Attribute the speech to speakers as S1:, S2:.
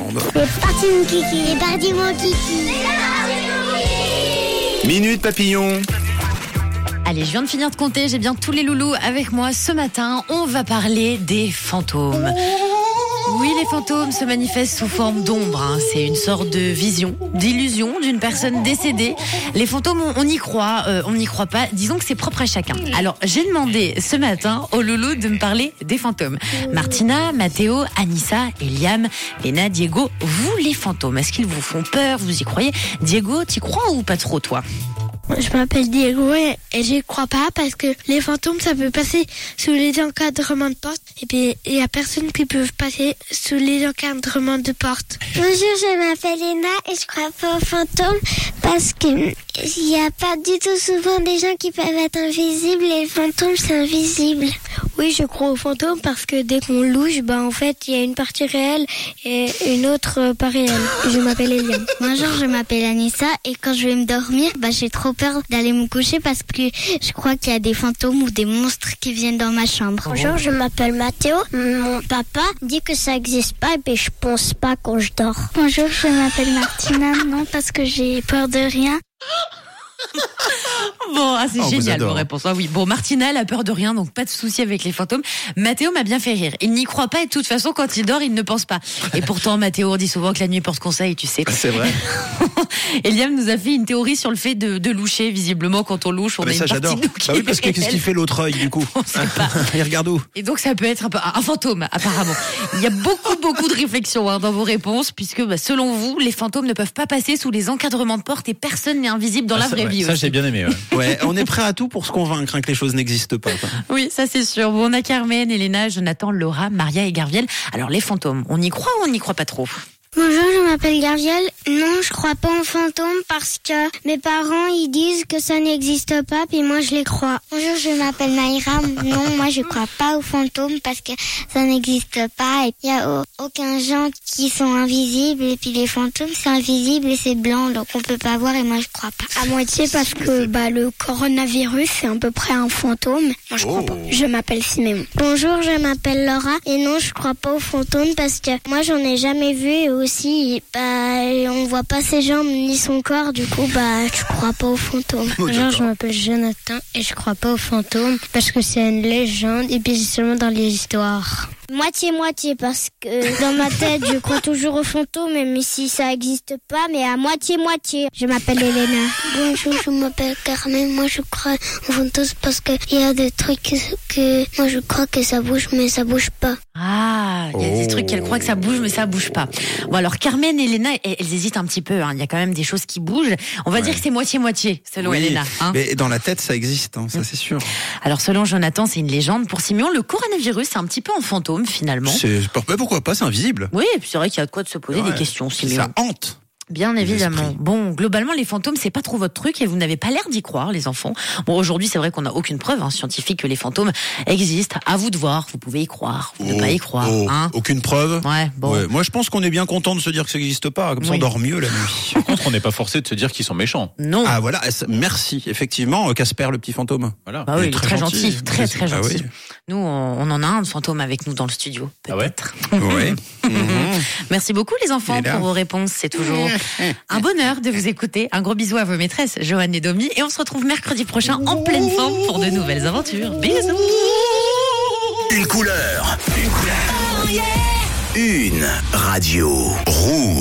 S1: monde.
S2: C'est parti mon kiki. C'est parti mon kiki.
S1: Minute papillon.
S3: Allez, je viens de finir de compter, j'ai bien tous les loulous avec moi ce matin. On va parler des fantômes. Oui, les fantômes se manifestent sous forme d'ombre. hein. C'est une sorte de vision, d'illusion d'une personne décédée. Les fantômes, on, on y croit, euh, on n'y croit pas. Disons que c'est propre à chacun. Alors, j'ai demandé ce matin aux loulous de me parler des fantômes. Martina, Mathéo, Anissa, Eliam, Lena, Diego, vous les fantômes, est-ce qu'ils vous font peur Vous y croyez Diego, t'y crois ou pas trop, toi
S2: Je m'appelle Diego et, et j'y crois pas parce que les fantômes ça peut passer sous les encadrements de porte et puis il y a personne qui peut passer sous les encadrements de porte.
S4: Bonjour, je m'appelle Léna et je crois pas aux fantômes parce que hum, il n'y a pas du tout souvent des gens qui peuvent être invisibles et le fantôme c'est invisible.
S2: Oui, je crois aux fantômes parce que dès qu'on louche, bah en fait, il y a une partie réelle et une autre euh, pas réelle. Je m'appelle Eliane.
S4: Bonjour, je m'appelle Anissa et quand je vais me dormir, bah, j'ai trop peur d'aller me coucher parce que je crois qu'il y a des fantômes ou des monstres qui viennent dans ma chambre. Bonjour, je m'appelle Mathéo. Mon papa dit que ça n'existe pas et je pense pas quand je dors. Bonjour, je m'appelle Martina. Non, parce que j'ai peur de rien.
S3: Bon, ah, c'est
S1: Oh, on vous
S3: génial
S1: adore.
S3: vos réponses. Ah oui, bon, Martina, elle a peur de rien, donc pas de souci avec les fantômes. Mathéo m'a bien fait rire. Il n'y croit pas et de toute façon, quand il dort, il ne pense pas. Et pourtant, Mathéo, on dit souvent que la nuit porte conseil, tu sais.
S1: C'est vrai.
S3: Eliam nous a fait une théorie sur le fait de, de loucher. Visiblement, quand on louche, on
S1: Ah, Mais
S3: a une
S1: ça
S3: partie
S1: j'adore.
S3: de nous qui
S1: Bah oui parce que
S3: est
S1: qu'est-ce qu'il fait l'autre œil du coup
S3: On sait pas.
S1: Il regarde où
S3: Et donc ça peut être un, peu- un fantôme apparemment. Il y a beaucoup beaucoup de réflexions hein, dans vos réponses puisque bah, selon vous les fantômes ne peuvent pas passer sous les encadrements de porte et personne n'est invisible
S1: Ah,
S3: dans la
S5: ça,
S3: vraie
S5: ouais,
S3: vie.
S5: Ça,
S3: aussi.
S5: j'ai bien aimé. ouais.
S1: Ouais, on est prêt à tout pour se convaincre hein, que les choses n'existent pas. quoi.
S3: Oui, ça c'est sûr. Bon, on a Carmen, Elena, Jonathan, Laura, Maria et Garviel. Alors les fantômes, on y croit ou on n'y croit pas trop
S4: Bonjour, je m'appelle Gabriel. Non, je crois pas aux fantômes parce que mes parents, ils disent que ça n'existe pas, puis moi, je les crois. Bonjour, je m'appelle Naïra. Non, moi, je crois pas aux fantômes parce que ça n'existe pas. Et il y a au- aucun gens qui sont invisibles. Et puis les fantômes, c'est invisible et c'est blanc, donc on peut pas voir. Et moi, je crois pas.
S2: À moitié parce que bah, le coronavirus, c'est à peu près un fantôme. Moi, je crois pas. Je m'appelle Siméon.
S4: Bonjour, je m'appelle Laura et non, je crois pas aux fantômes parce que moi j'en ai jamais vu et aussi bah on voit pas ses jambes ni son corps du coup bah je crois pas aux fantômes. Bonjour, je m'appelle Jonathan et je crois pas aux fantômes parce que c'est une légende et puis seulement dans les histoires. Moitié moitié parce que dans ma tête je crois toujours aux fantômes même si ça existe pas mais à moitié moitié. Je m'appelle Elena. Bonjour, je m'appelle Carmen. Moi je crois aux fantômes parce que il y a des trucs que, moi je crois que ça bouge mais ça bouge pas.
S3: Ah, il y a des trucs qu'elles croient que ça bouge, mais ça bouge pas. Bon, alors Carmen et Elena, elles, elles hésitent un petit peu. hein. Il y a quand même des choses qui bougent. On va dire que c'est moitié-moitié, selon
S1: Oui,
S3: Elena. hein.
S1: Mais dans la tête ça existe, hein, ça c'est sûr.
S3: Alors selon Jonathan, c'est une légende. Pour Simeon, le coronavirus, c'est un petit peu un fantôme finalement.
S1: C'est mais pourquoi pas, c'est invisible.
S3: Oui, et puis c'est vrai qu'il y a de quoi de se poser
S1: Ouais.
S3: des questions,
S1: Puis
S3: Simeon.
S1: Ça hante.
S3: Bien évidemment.
S1: esprits.
S3: Bon, globalement, les fantômes, c'est pas trop votre truc et vous n'avez pas l'air d'y croire, les enfants. Bon, aujourd'hui, c'est vrai qu'on n'a aucune preuve hein, scientifique que les fantômes existent. À vous de voir. Vous pouvez y croire, vous ne
S1: Oh,
S3: pas y croire.
S1: oh,
S3: hein.
S1: Aucune preuve.
S3: Ouais, bon.
S1: Ouais, Moi je pense qu'on est bien content de se dire que ça n'existe pas, comme ça
S3: Oui.
S1: on dort mieux la nuit.
S5: Par contre, on n'est pas forcé de se dire qu'ils sont méchants.
S3: Non.
S1: Ah voilà, eh, ça- merci, effectivement, euh, Casper le petit fantôme.
S5: Voilà.
S3: Bah oui,
S1: il est
S3: il est
S1: très
S3: très
S1: gentil.
S3: gentil, très très
S1: Ah oui.
S3: gentil. Nous, on, on en a un de fantôme avec nous dans le studio,
S5: Ah ouais
S3: peut-être.
S1: Ouais. Mhm.
S3: Merci beaucoup les enfants
S1: Il est là.
S3: pour vos réponses, c'est toujours un bonheur de vous écouter. Un gros bisou à vos maîtresses, Joanne et Domi, et on se retrouve mercredi prochain en pleine forme pour de nouvelles aventures. Bisous.
S6: Une couleur. Une couleur. Une radio rouge.